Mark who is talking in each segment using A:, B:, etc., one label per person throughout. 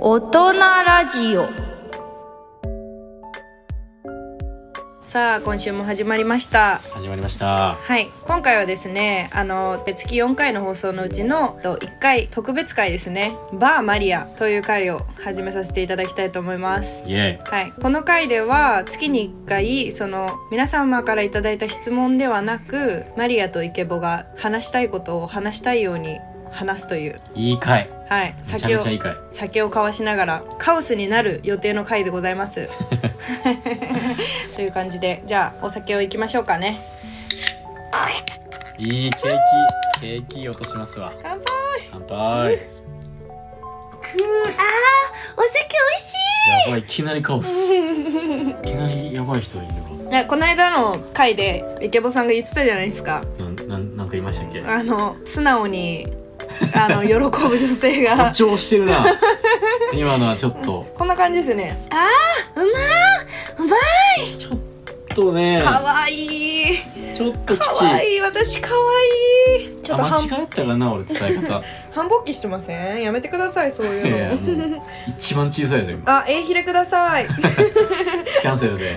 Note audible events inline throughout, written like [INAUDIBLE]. A: 大人ラジオさあ今週も始まりました
B: 始まりました
A: はい今回はですねあの月4回の放送のうちのと1回特別回ですねバーマリアという回を始めさせていただきたいと思います
B: イエ
A: はい、この回では月に1回その皆様からいただいた質問ではなくマリアとイケボが話したいことを話したいように話すという、
B: ーイいい回
A: はい、
B: めちゃ
A: 酒
B: め
A: を
B: ちゃいい回
A: 酒を交わしながらカオスになる予定の回でございます [LAUGHS] という感じでじゃあお酒をいきましょうかね
B: いいケーキケーキいい音しますわ
A: 乾杯
B: 乾杯や
A: お酒おいし
B: ばいいきなりカオスいきなりやばい人いる
A: いこの間の回でイケボさんが言ってたじゃないですか
B: わなんなんなんか言いましたっけ
A: あの素直にあ [LAUGHS] の喜ぶ女性が [LAUGHS]
B: 誇張してるな今のはちょっと
A: こんな感じですよね。ああ、うまー、うま
B: ちょっとね
A: い。かわいい。
B: ちょっときち
A: かわいい、私かわいい。ちょっと
B: あ
A: 半
B: 間違ったかな俺伝え方
A: 半勃起してません。やめてください、 [LAUGHS] そう
B: いや
A: い
B: いうや
A: の。
B: もう一番小さいですよ今
A: あ、えひれください。
B: キャンセルで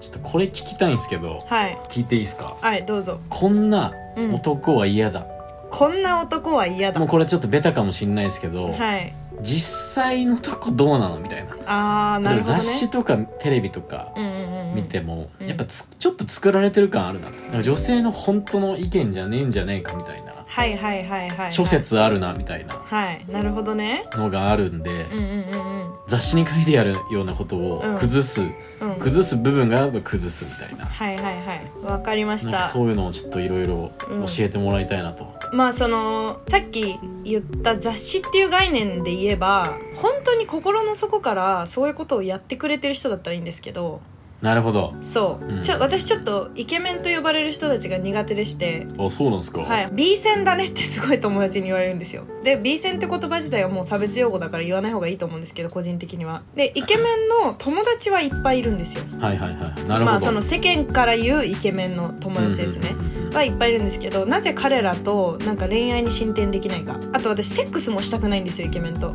B: ちょっとこれ聞きたいんですけど
A: はい、
B: 聞いていいですか
A: はい、どうぞ。
B: こんな
A: うん
B: 男は嫌だ、
A: こんな男は嫌だ
B: もう。これちょっとベタかもしんないですけど、
A: はい。
B: 実際のとこどうなのみたいな
A: ああ、なるほどね
B: 雑。誌とかテレビとか
A: うんうんうん。
B: 見。ても、
A: うん
B: やっぱつちょっと作られてる感あるななんか女性の本当の意見じゃねえんじゃねえかみたいな、
A: はいはいはいはい。
B: 諸。説あるなみたいな
A: はい、なるほどね。
B: のがあるんで、
A: うんうんうんうん。
B: 雑誌に書いてあるようなことを
A: うん
B: 崩す、
A: うん。
B: 崩す部分があれば崩すみたいな。
A: はいはいはい。わかりまし
B: なんか
A: た。
B: そういうのをちょっといろいろ
A: うん
B: 教えてもらいたいなと、
A: まあそのさっき言った雑誌っていう概念で言えば本当に心の底からそういうことをやってくれてる人だったらいいんですけど
B: なるほど
A: そう、
B: うん
A: ちょ私ちょっとイケメンと呼ばれる人たちが苦手でして、
B: あそうなんですか、
A: はい、B 線だねってすごい友達に言われるんですよで B 線って言葉自体はもう差別用語だから言わない方がいいと思うんですけど個人的にはでイケメンの友達はいっぱいいるんですよ
B: はいはいはいなるほど、
A: まあその世間から言うイケメンの友達ですね、
B: うんうんうんうん
A: はいっぱいいるんですけどなぜ彼らとなんか恋愛に進展できないかあと私セックスもしたくないんですよイケメ
B: [LAUGHS]
A: ンと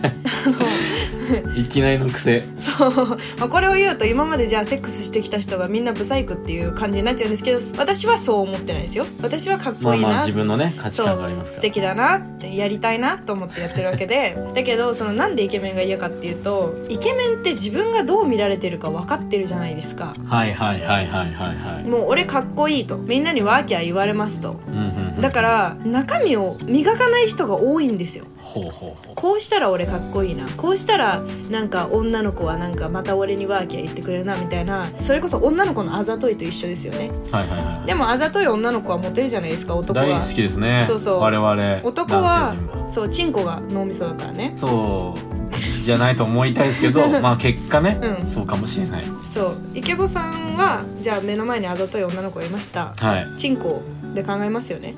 A: あの
B: いきなりの癖
A: そう、まあ、これを言うと今までじゃあセックスしてきた人がみんなブサイクっていう感じになっちゃうんですけど私はそう思ってないですよ私はかっ
B: ま
A: こ
B: あ
A: いいな、
B: まあ自分のね価値観があります
A: 素
B: から
A: 敵だなってやりたいなと思ってやってるわけで [LAUGHS] だけどそのなんでイケメンが嫌かっていうとイケメンって自分がどう見られてるか分かってるじゃないですか
B: はいはいはいはいはいはい
A: もう俺かっこいいとみんなにワーキャー言われますと
B: うんうんうん
A: だから中身を磨かない人が多いんですよ
B: ほうほうほ
A: こうしたら俺かっこいいなこうしたらなんか女の子はなんかまた俺にワーキャー言ってくれるなみたいなそれこそ女の子のあざといと一緒ですよね
B: うはいはいはい
A: でもあざとい女の子はモテるじゃないですか男
B: 大
A: は
B: 好きですね
A: そうそう
B: 我々
A: 男は
B: 男性陣は
A: そうチンコが脳みそだからね
B: そうじゃないと思いたいです
A: [LAUGHS]
B: けどまあ結果ね、
A: うん
B: そうかもしれない
A: そうイケボさんはじゃあ目の前にあざとい女の子がいました
B: はい
A: チンコで考えますよね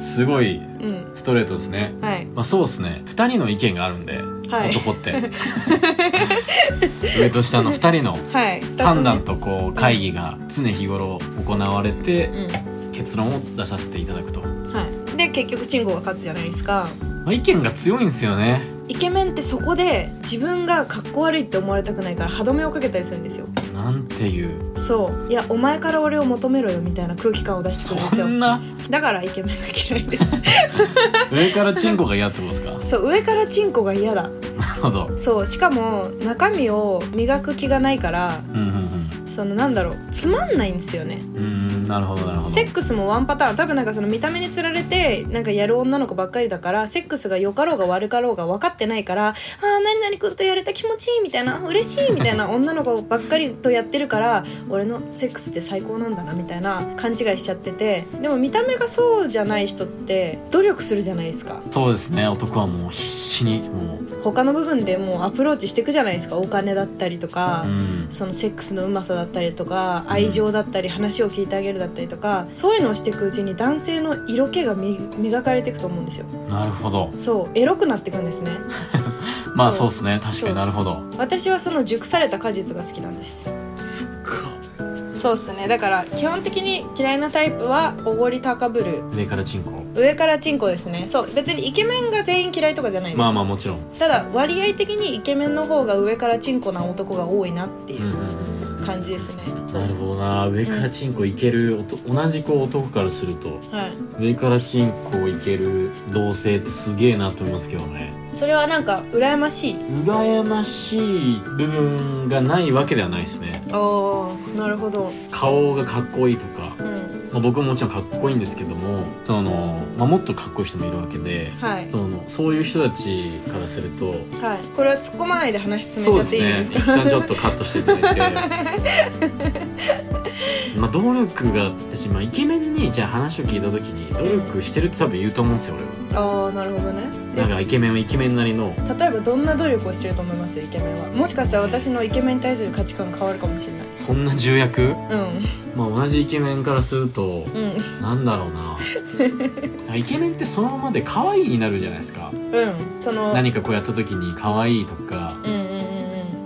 B: すごい
A: うん
B: ストレートですね
A: はい
B: まあそうですね2人の意見があるんで、
A: はい
B: 男って上と下の2人の
A: はい二つ目
B: 判断とこう会議が常日頃行われて
A: うん
B: 結論を出させていただくと、ま
A: はいで結局チンコが勝つじゃないですか
B: あ、意見が強いんですよね
A: イケメンってそこで自分がかっこ悪いって思われたくないから歯止めをかけたりするんですよ
B: なんていう
A: そういやお前から俺を求めろよみたいな空気感を出してくるんです
B: そん
A: よ
B: な
A: だからイケメンが嫌いです [LAUGHS]
B: 上からチンコが嫌ってことですか [LAUGHS] なる
A: そう上からチンコが嫌だ
B: ほど
A: そうしかも中身を磨く気がないから
B: うんうん
A: そのなんだろうつまんないんですよね
B: うんうーんなるほどなるほど
A: セックスもワンパターン多分なんかその見た目につられてなんかやる女の子ばっかりだからセックスが良かろうが悪かろうが分かってないからあー何々君とやれた気持ちいいみたいな嬉しいみたいな女の子ばっかりとやってるから俺のセックスって最高なんだなみたいな勘違いしちゃっててでも見た目がそうじゃない人って努力するじゃないですか
B: そうですね男はもう必死にもう
A: 他の部分でもうアプローチしていくじゃないですかお金だったりとか。
B: うん
A: そのセックスのうまさだったりとか愛情だったり話を聞いてあげるだったりとかそういうのをしていくうちに男性の色気がみ磨かれていくと思うんですよ
B: なるほど
A: そうエロくなっていくんですね
B: まあ
A: そ
B: そううですね確かになるほど
A: 私はその熟された果実が好きなんですそうっすねだから基本的に嫌いなタイプはおごり高ぶる
B: 上からチンコ
A: 上からチンコですねそう別にイケメンが全員嫌いとかじゃないです、
B: まあまあもちろん
A: ただ割合的にイケメンの方が上からチンコな男が多いなって
B: う
A: い
B: んう
A: うん
B: うん
A: 感じですね、そう
B: なるほどな上からチンコいける、おと同じこう男からすると
A: はい
B: 上からチンコいける同性ってすげえなと思いますけどね
A: それはなんか羨ましい
B: 羨ましい部分がないわけではないですね
A: ああなるほど
B: 顔がかっこいいとか、
A: うん
B: まあ、僕ももちろんかっこいいんですけどもその、まあ、もっとかっこいい人もいるわけで
A: はい
B: そのそういう人たちからすると
A: はいこれは突っ込まないで話進め
B: そ
A: ち
B: う
A: ゃっ
B: で
A: て
B: す
A: いいで
B: ね
A: す
B: 一
A: か
B: 旦ちょっとカットしてい [LAUGHS] ただいてまあ努力が私、まあ、イケメンにじゃあ話を聞いた時に努力してるって多分言うと思うんですよ俺は。
A: ああなるほどね
B: なんかイケメンはイケメンなりの
A: 例えばどんな努力をしてると思いますイケメンはもしかしたら私のイケメンに対する価値観が変わるかもしれない
B: そんな重役、
A: う
B: まあ、同じイケメンからすると
A: んうん
B: なんだろうなあ [LAUGHS] イケメンってそのままで可愛いになるじゃないですか
A: うんその
B: 何かこうやった時に可愛いとか
A: うんうんうん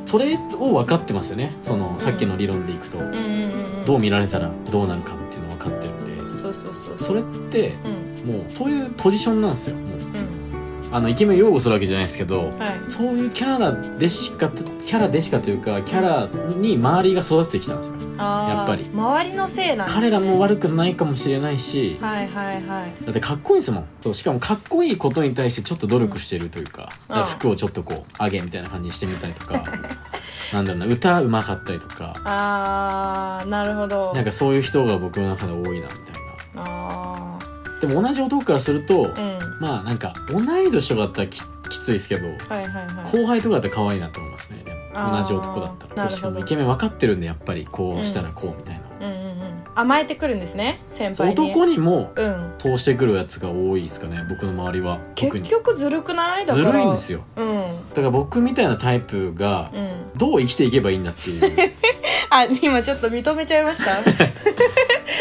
B: それを分かってますよねそのさっきの理論でいくと
A: うんうんうんうんうん
B: どう見られたらどうなるかっていうの分かってるんで
A: そうそうそう
B: それって
A: うん
B: もうそういうポジションなんですよもう
A: うん
B: あのイケメン擁護するわけじゃないですけ
A: は
B: ど
A: い
B: そういうキャラでしかキャラでしかというかキャラに周りが育ててきたんですよ
A: あー
B: やっぱり
A: 周りのせいなんですね
B: 彼らも悪くないかもしれないし
A: はいはいはい
B: だってかっこいいですもんそうしかもかっこいいことに対してちょっと努力してるというか,、
A: うん
B: 服をちょっとこう上げみたいな感じにしてみたり
A: [LAUGHS]
B: とかなんだろうな歌うまかったりとか
A: あーなるほど
B: なんかそういう人が僕の中で多いなみたい
A: あ
B: なでも同じ男からすると、
A: ーうん
B: まあなんか同い年とかだったらききついですけど
A: はいはいはい
B: 後輩とかだったら可愛いなと思いますねでも
A: あー
B: 同じ男だった
A: なるほ
B: ら
A: ど
B: そうしかもイケメン分かってるんでやっぱりこうしたらこうみたいな、
A: うんうんうん甘えてくるんですね先
B: そう
A: 輩に
B: 男にも
A: うん
B: 通してくるやつが多いですかね僕の周りは特
A: 結
B: に
A: 局ずるくないだか
B: ず
A: ら
B: るいんですよ
A: うん
B: だから僕みたいなタイプが
A: うん
B: どう生きていけばいいんだっ
A: [LAUGHS]
B: ていう
A: あ今ちょっと認めちゃいました [LAUGHS]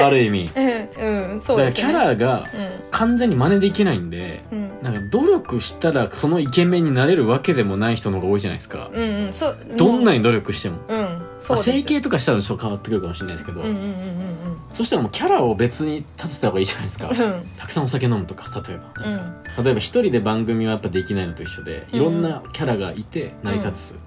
B: ある意味
A: うんうんそう
B: だ
A: で
B: か
A: す
B: らキ
A: ね
B: ャラが完全に真似できないんで
A: うんうん
B: なんか努力したらそのイケメンになれるわけでもない人の方が多いじゃないですか、
A: うんうんそう
B: どんなに努力しても、
A: うんうんそ
B: まあ
A: うです
B: 整形とかしたらちょっと変わってくるかもしれないですけど、
A: うんうんうんうん
B: そしたらもうキャラを別に立てた方がいいじゃないですか
A: うんうん
B: たくさんお酒飲むとか例えば、
A: うん
B: 例えば一人で番組はやっぱできないのと一緒でいろんなキャラがいて成り立つ、
A: うん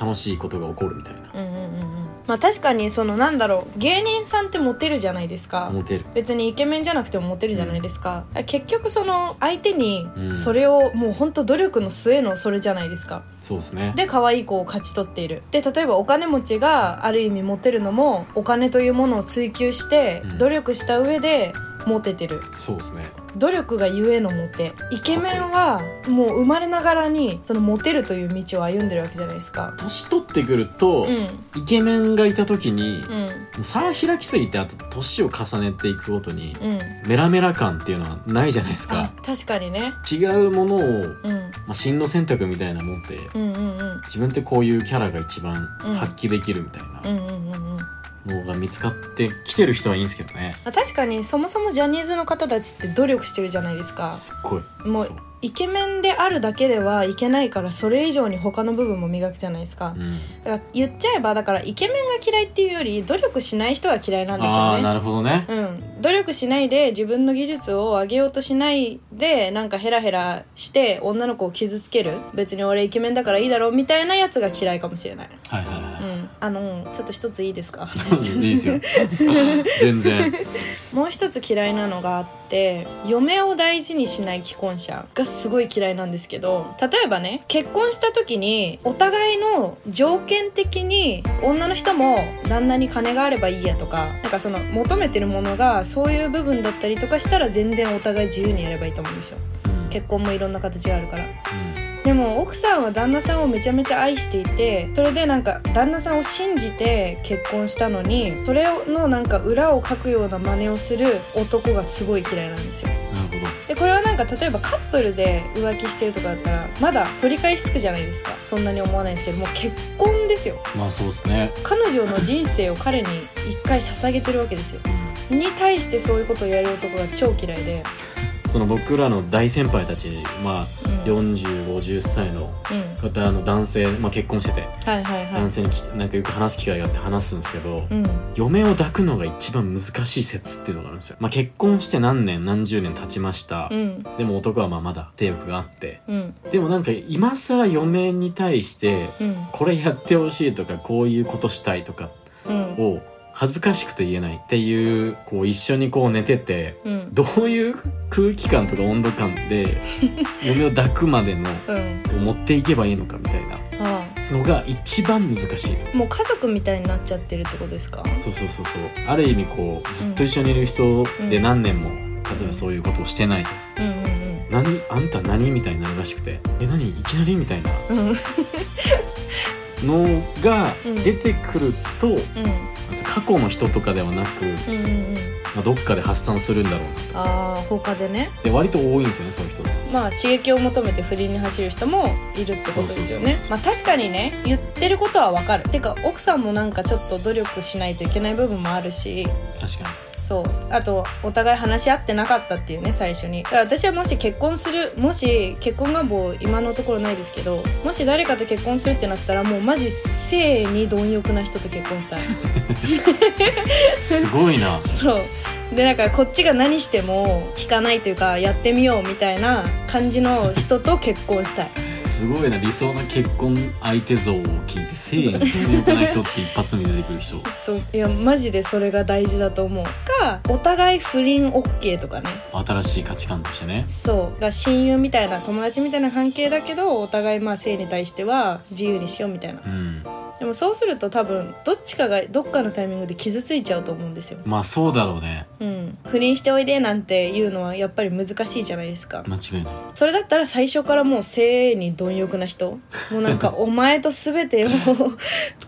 B: 楽しいことが起こるみたいな
A: うんうんうんうんまあ確かにそのなんだろう芸人さんってモテるじゃないですか
B: モテる
A: 別にイケメンじゃなくてもモテるじゃないですか、結局その相手に
B: うん
A: それをもう本当努力の末のそれじゃないですか
B: そうですね
A: で可愛い子を勝ち取っているで例えばお金持ちがある意味モテるのもお金というものを追求して
B: うん
A: 努力した上でモテてる
B: そうですね
A: 努力がゆえのモテイケメンはもう生まれながらにそのモテるという道を歩んでるわけじゃないですか
B: 年取ってくると、
A: うん
B: イケメンがいた時に、も
A: うん
B: う差は開きすぎてあと年を重ねていくごとに
A: うん
B: メラメラ感っていうのはないじゃないです
A: あ
B: か
A: 確かにね
B: 違うものを、
A: うん
B: まあ、進路選択みたいなもんで
A: うんうんうん
B: 自分ってこういうキャラが一番
A: うん
B: 発揮できるみたい
A: うんう
B: な
A: んうんうん
B: のが見つかってきてる人はいいんですけどね
A: まあ確かにそもそもジャニーズの方たちって努力してるじゃないですか
B: すっごい
A: もう
B: そ
A: イケメンであるだけではいけないからそれ以上に他の部分も磨くじゃないですか
B: う、うん、
A: だから言っちゃえばだからイケメンが嫌いっていうより努力しない人が嫌いなんでしょ
B: ああ
A: う
B: ー
A: ね
B: なるほどね
A: うん、努力しないで自分の技術を上げようとしないでなんかヘラヘラして女の子を傷つける別に俺イケメンだからいいだろうみたいなやつが嫌いかもしれない、
B: はいはいは
A: う
B: い、
A: ん、あのちょっと一ついいですか [LAUGHS]
B: いいですよ全然
A: もう一つ嫌いなのがあって嫁を大事にしない既婚者がすごい嫌いなんですけど例えばね結婚した時にお互いの条件的に女の人も旦那に金があればいいやとかなんかその求めてるものがそういう部分だったりとかしたら全然お互い自由にやればいいと思うんですよ結婚もいろんな形があるからでも奥さんは旦那さんをめちゃめちゃ愛していてそれでなんか旦那さんを信じて結婚したのにそれのなんか裏をかくような真似をする男がすごい嫌いなんですよ
B: うん、なるほど
A: でこれはなんか例えばカップルで浮気してるとかだったらまだ取り返しつくじゃないですかそんなに思わないですけどもう結婚ですよ
B: まあそうですね、
A: 彼女の人生を彼に一回捧げてるわけですよ
B: うん
A: に対してそういうことをやる男が超嫌いで
B: その僕らの大先輩たち、まあ、
A: うん
B: 4050歳の
A: うん
B: 方の男性、まあ、結婚してて
A: はいはいはい
B: 男性にきなんかよく話す機会があって話すんですけど、
A: うん
B: 嫁を抱くのが一番難しい説っていうのがあるんですよ、まあ、結婚して何年何十年経ちました、
A: うん
B: でも男はまあまだ性欲があって
A: うん
B: でもなんか今更嫁に対して
A: うん
B: これやってほしいとかこういうことしたいとか
A: うん
B: を恥ずかしくて言えないっていうこう一緒にこう寝てて
A: うん
B: どういう空気感とか温度感
A: [LAUGHS]
B: で嫁を抱くまでの
A: うん
B: 持っていけばいいのかみたいな
A: あ
B: のが一番難しいと
A: あもう家族みたいになっちゃってるってことですか
B: そうそうそうそうある意味こうずっと一緒にいる人で何年も例えばそういうことをしてないと
A: うんうん
B: 「何あんた何?」みたいになるらしくて「え何いきなり?」みたいな
A: うんうん
B: のが
A: うん
B: 出てくると、
A: うん
B: 過去の人とかではなく、
A: うんうんうん
B: まあ、どっかで発散するんだろうな
A: ああ他でね
B: で割と多いんですよねそういう人が
A: まあ刺激を求めて不倫に走る人もいるってことですよねまあ確かにね言ってることはわかるてか奥さんもなんかちょっと努力しないといけない部分もあるし
B: 確か
A: そうあとお互い話し合ってなかったっていうね最初にだから私はもし結婚するもし結婚願望今のところないですけどもし誰かと結婚するってなったらもうマジ性に貪欲な人と結婚したい [LAUGHS]
B: にすごいな
A: そうでなんかこっちが何しても聞かないというかやってみようみたいな感じの人と結婚したい
B: すごいな理想の結婚相手像を聞いて誠意に貪欲な人って一発目に出てくる人
A: そういやマジでそれが大事だと思うかお互い不倫 OK とかね
B: 新しい価値観としてね
A: そうが親友みたいな友達みたいな関係だけどお互いまあ性に対しては自由にしようみたいな
B: うん
A: でもそうすると多分どっちかがどっかのタイミングで傷ついちゃうと思うんですよ、
B: まあそうだろうね
A: うん、不倫しておいでなんていうのはやっぱり難しいじゃないですか
B: 間違いない
A: それだったら最初からもう性に貪欲な人もうなん
B: [LAUGHS]
A: かお前と全てを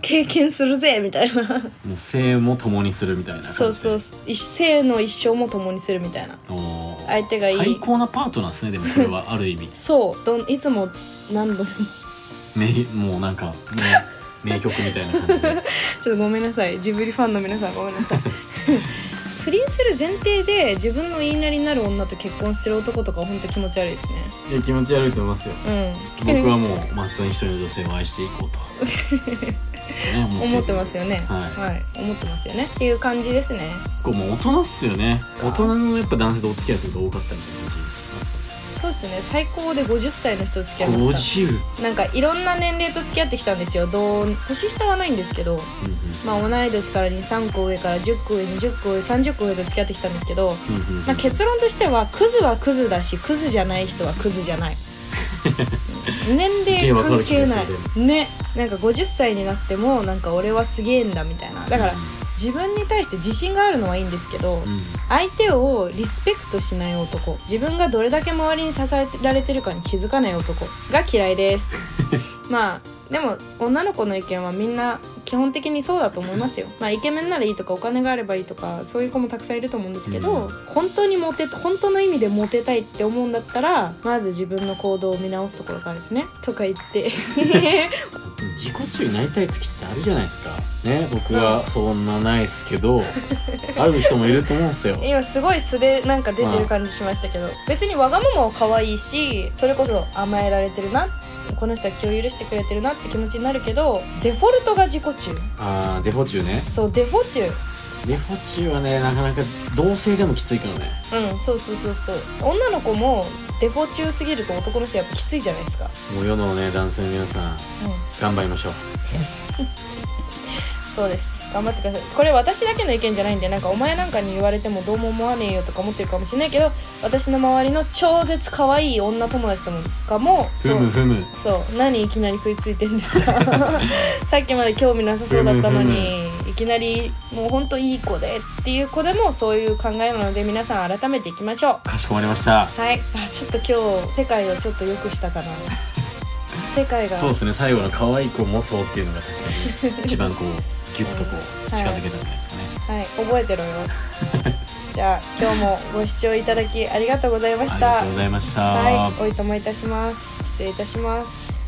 A: 経験するぜみたいな
B: もう性も共にするみたいな感じで
A: そうそう一性の一生も共にするみたいな
B: おー
A: 相手がいい
B: 最高なパートナーですねでもそれはある意味
A: そうどんいつも何度でも
B: 名もうなんか、ね、名曲みたいな感じで
A: ちょっとごめんなさいジブリファンの皆さんごめんなさい不倫する前提で自分の言いなりになる女と結婚してる男とか本当気持ち悪いですね
B: [LAUGHS] いや気持ち悪いと思いますよ
A: うん
B: 僕はもうまっとうに一人の女性を愛していこう
A: [LAUGHS]
B: と、ね、
A: 思ってます
B: よ
A: よね
B: はい
A: はい、思ってますよねっていう感じですね
B: 結構もう大人っすよね大人のやっぱ男性とお付き合いすること多かったりす
A: そうですね最高で50歳の人と付き合
B: る
A: い
B: ん
A: ま
B: で
A: し
B: 50、
A: たなんかいろんな年齢と付き合ってきたんですよどう年下はないんですけど
B: うん
A: まあ同い年から23個上から10個上20個上30個上と付き合ってきたんですけど
B: うんうん
A: まあ、結論としてはクズはクズだしクズじゃない人はクズじゃない
B: [LAUGHS]
A: 年齢関係ない
B: すげえわかる気が
A: ねなんか50歳になってもなんか俺はすげえんだみたいなだから自分に対して自信があるのはいいんですけど、
B: うん
A: 相手をリスペクトしない男自分がどれだけ周りに支えられてるかに気づかない男が嫌いです
B: [LAUGHS]
A: まあでも女の子の意見はみんな基本的にそうだと思いますよまあイケメンならいいとかお金があればいいとかそういう子もたくさんいると思うんですけど、
B: うん
A: 本当にモテ本当の意味でモテたいって思うんだったらまず自分の行動を見直すところからですねとか言って
B: [LAUGHS] でも自己中になりたい時ってあるじゃないですかね僕はそんなないっすけ [LAUGHS] どある人もいると思うんですよ
A: 今すごい素でなんか出てる感じしましたけど、別にわがままは可愛いしそれこそ甘えられてるなこの人は気を許してくれてるなって気持ちになるけどデフォルトが自己中
B: あーデフォ中ね
A: そうデフォ中
B: デフォ中はねなかなか同性でもきついからね
A: うんそうそうそうそう女の子もデフォ中すぎると男の人やっぱきついじゃないですか、
B: もう世のね男性の皆さん
A: うん、
B: 頑張りましょう
A: そうです頑張ってくださいこれ私だけの意見じゃないんでなんかお前なんかに言われてもどうも思わねえよとか思ってるかもしれないけど私の周りの超絶可愛い女友達とかもそ
B: ふ
A: う
B: むふむ
A: そう何いきなり食いついてんですか [LAUGHS] さっきまで興味なさそうだったの
B: ふむ
A: にいきなりもうほんといい子でっていう子でもそういう考えなので皆さん改めていきましょう
B: かしこまりました
A: はいあちょっと今日世界をちょっと良くしたかな世界が
B: そうですね最後の可愛い子もそうっていうのが確か [LAUGHS] に一番こうギュッとこう
A: はい
B: 近づけたじゃないですかね、
A: はい覚えて [LAUGHS] ろよじゃあ今日もご視聴いただきありがとうございまし
B: ありが
A: た
B: とうございました、
A: はいおいともいたします失礼いたします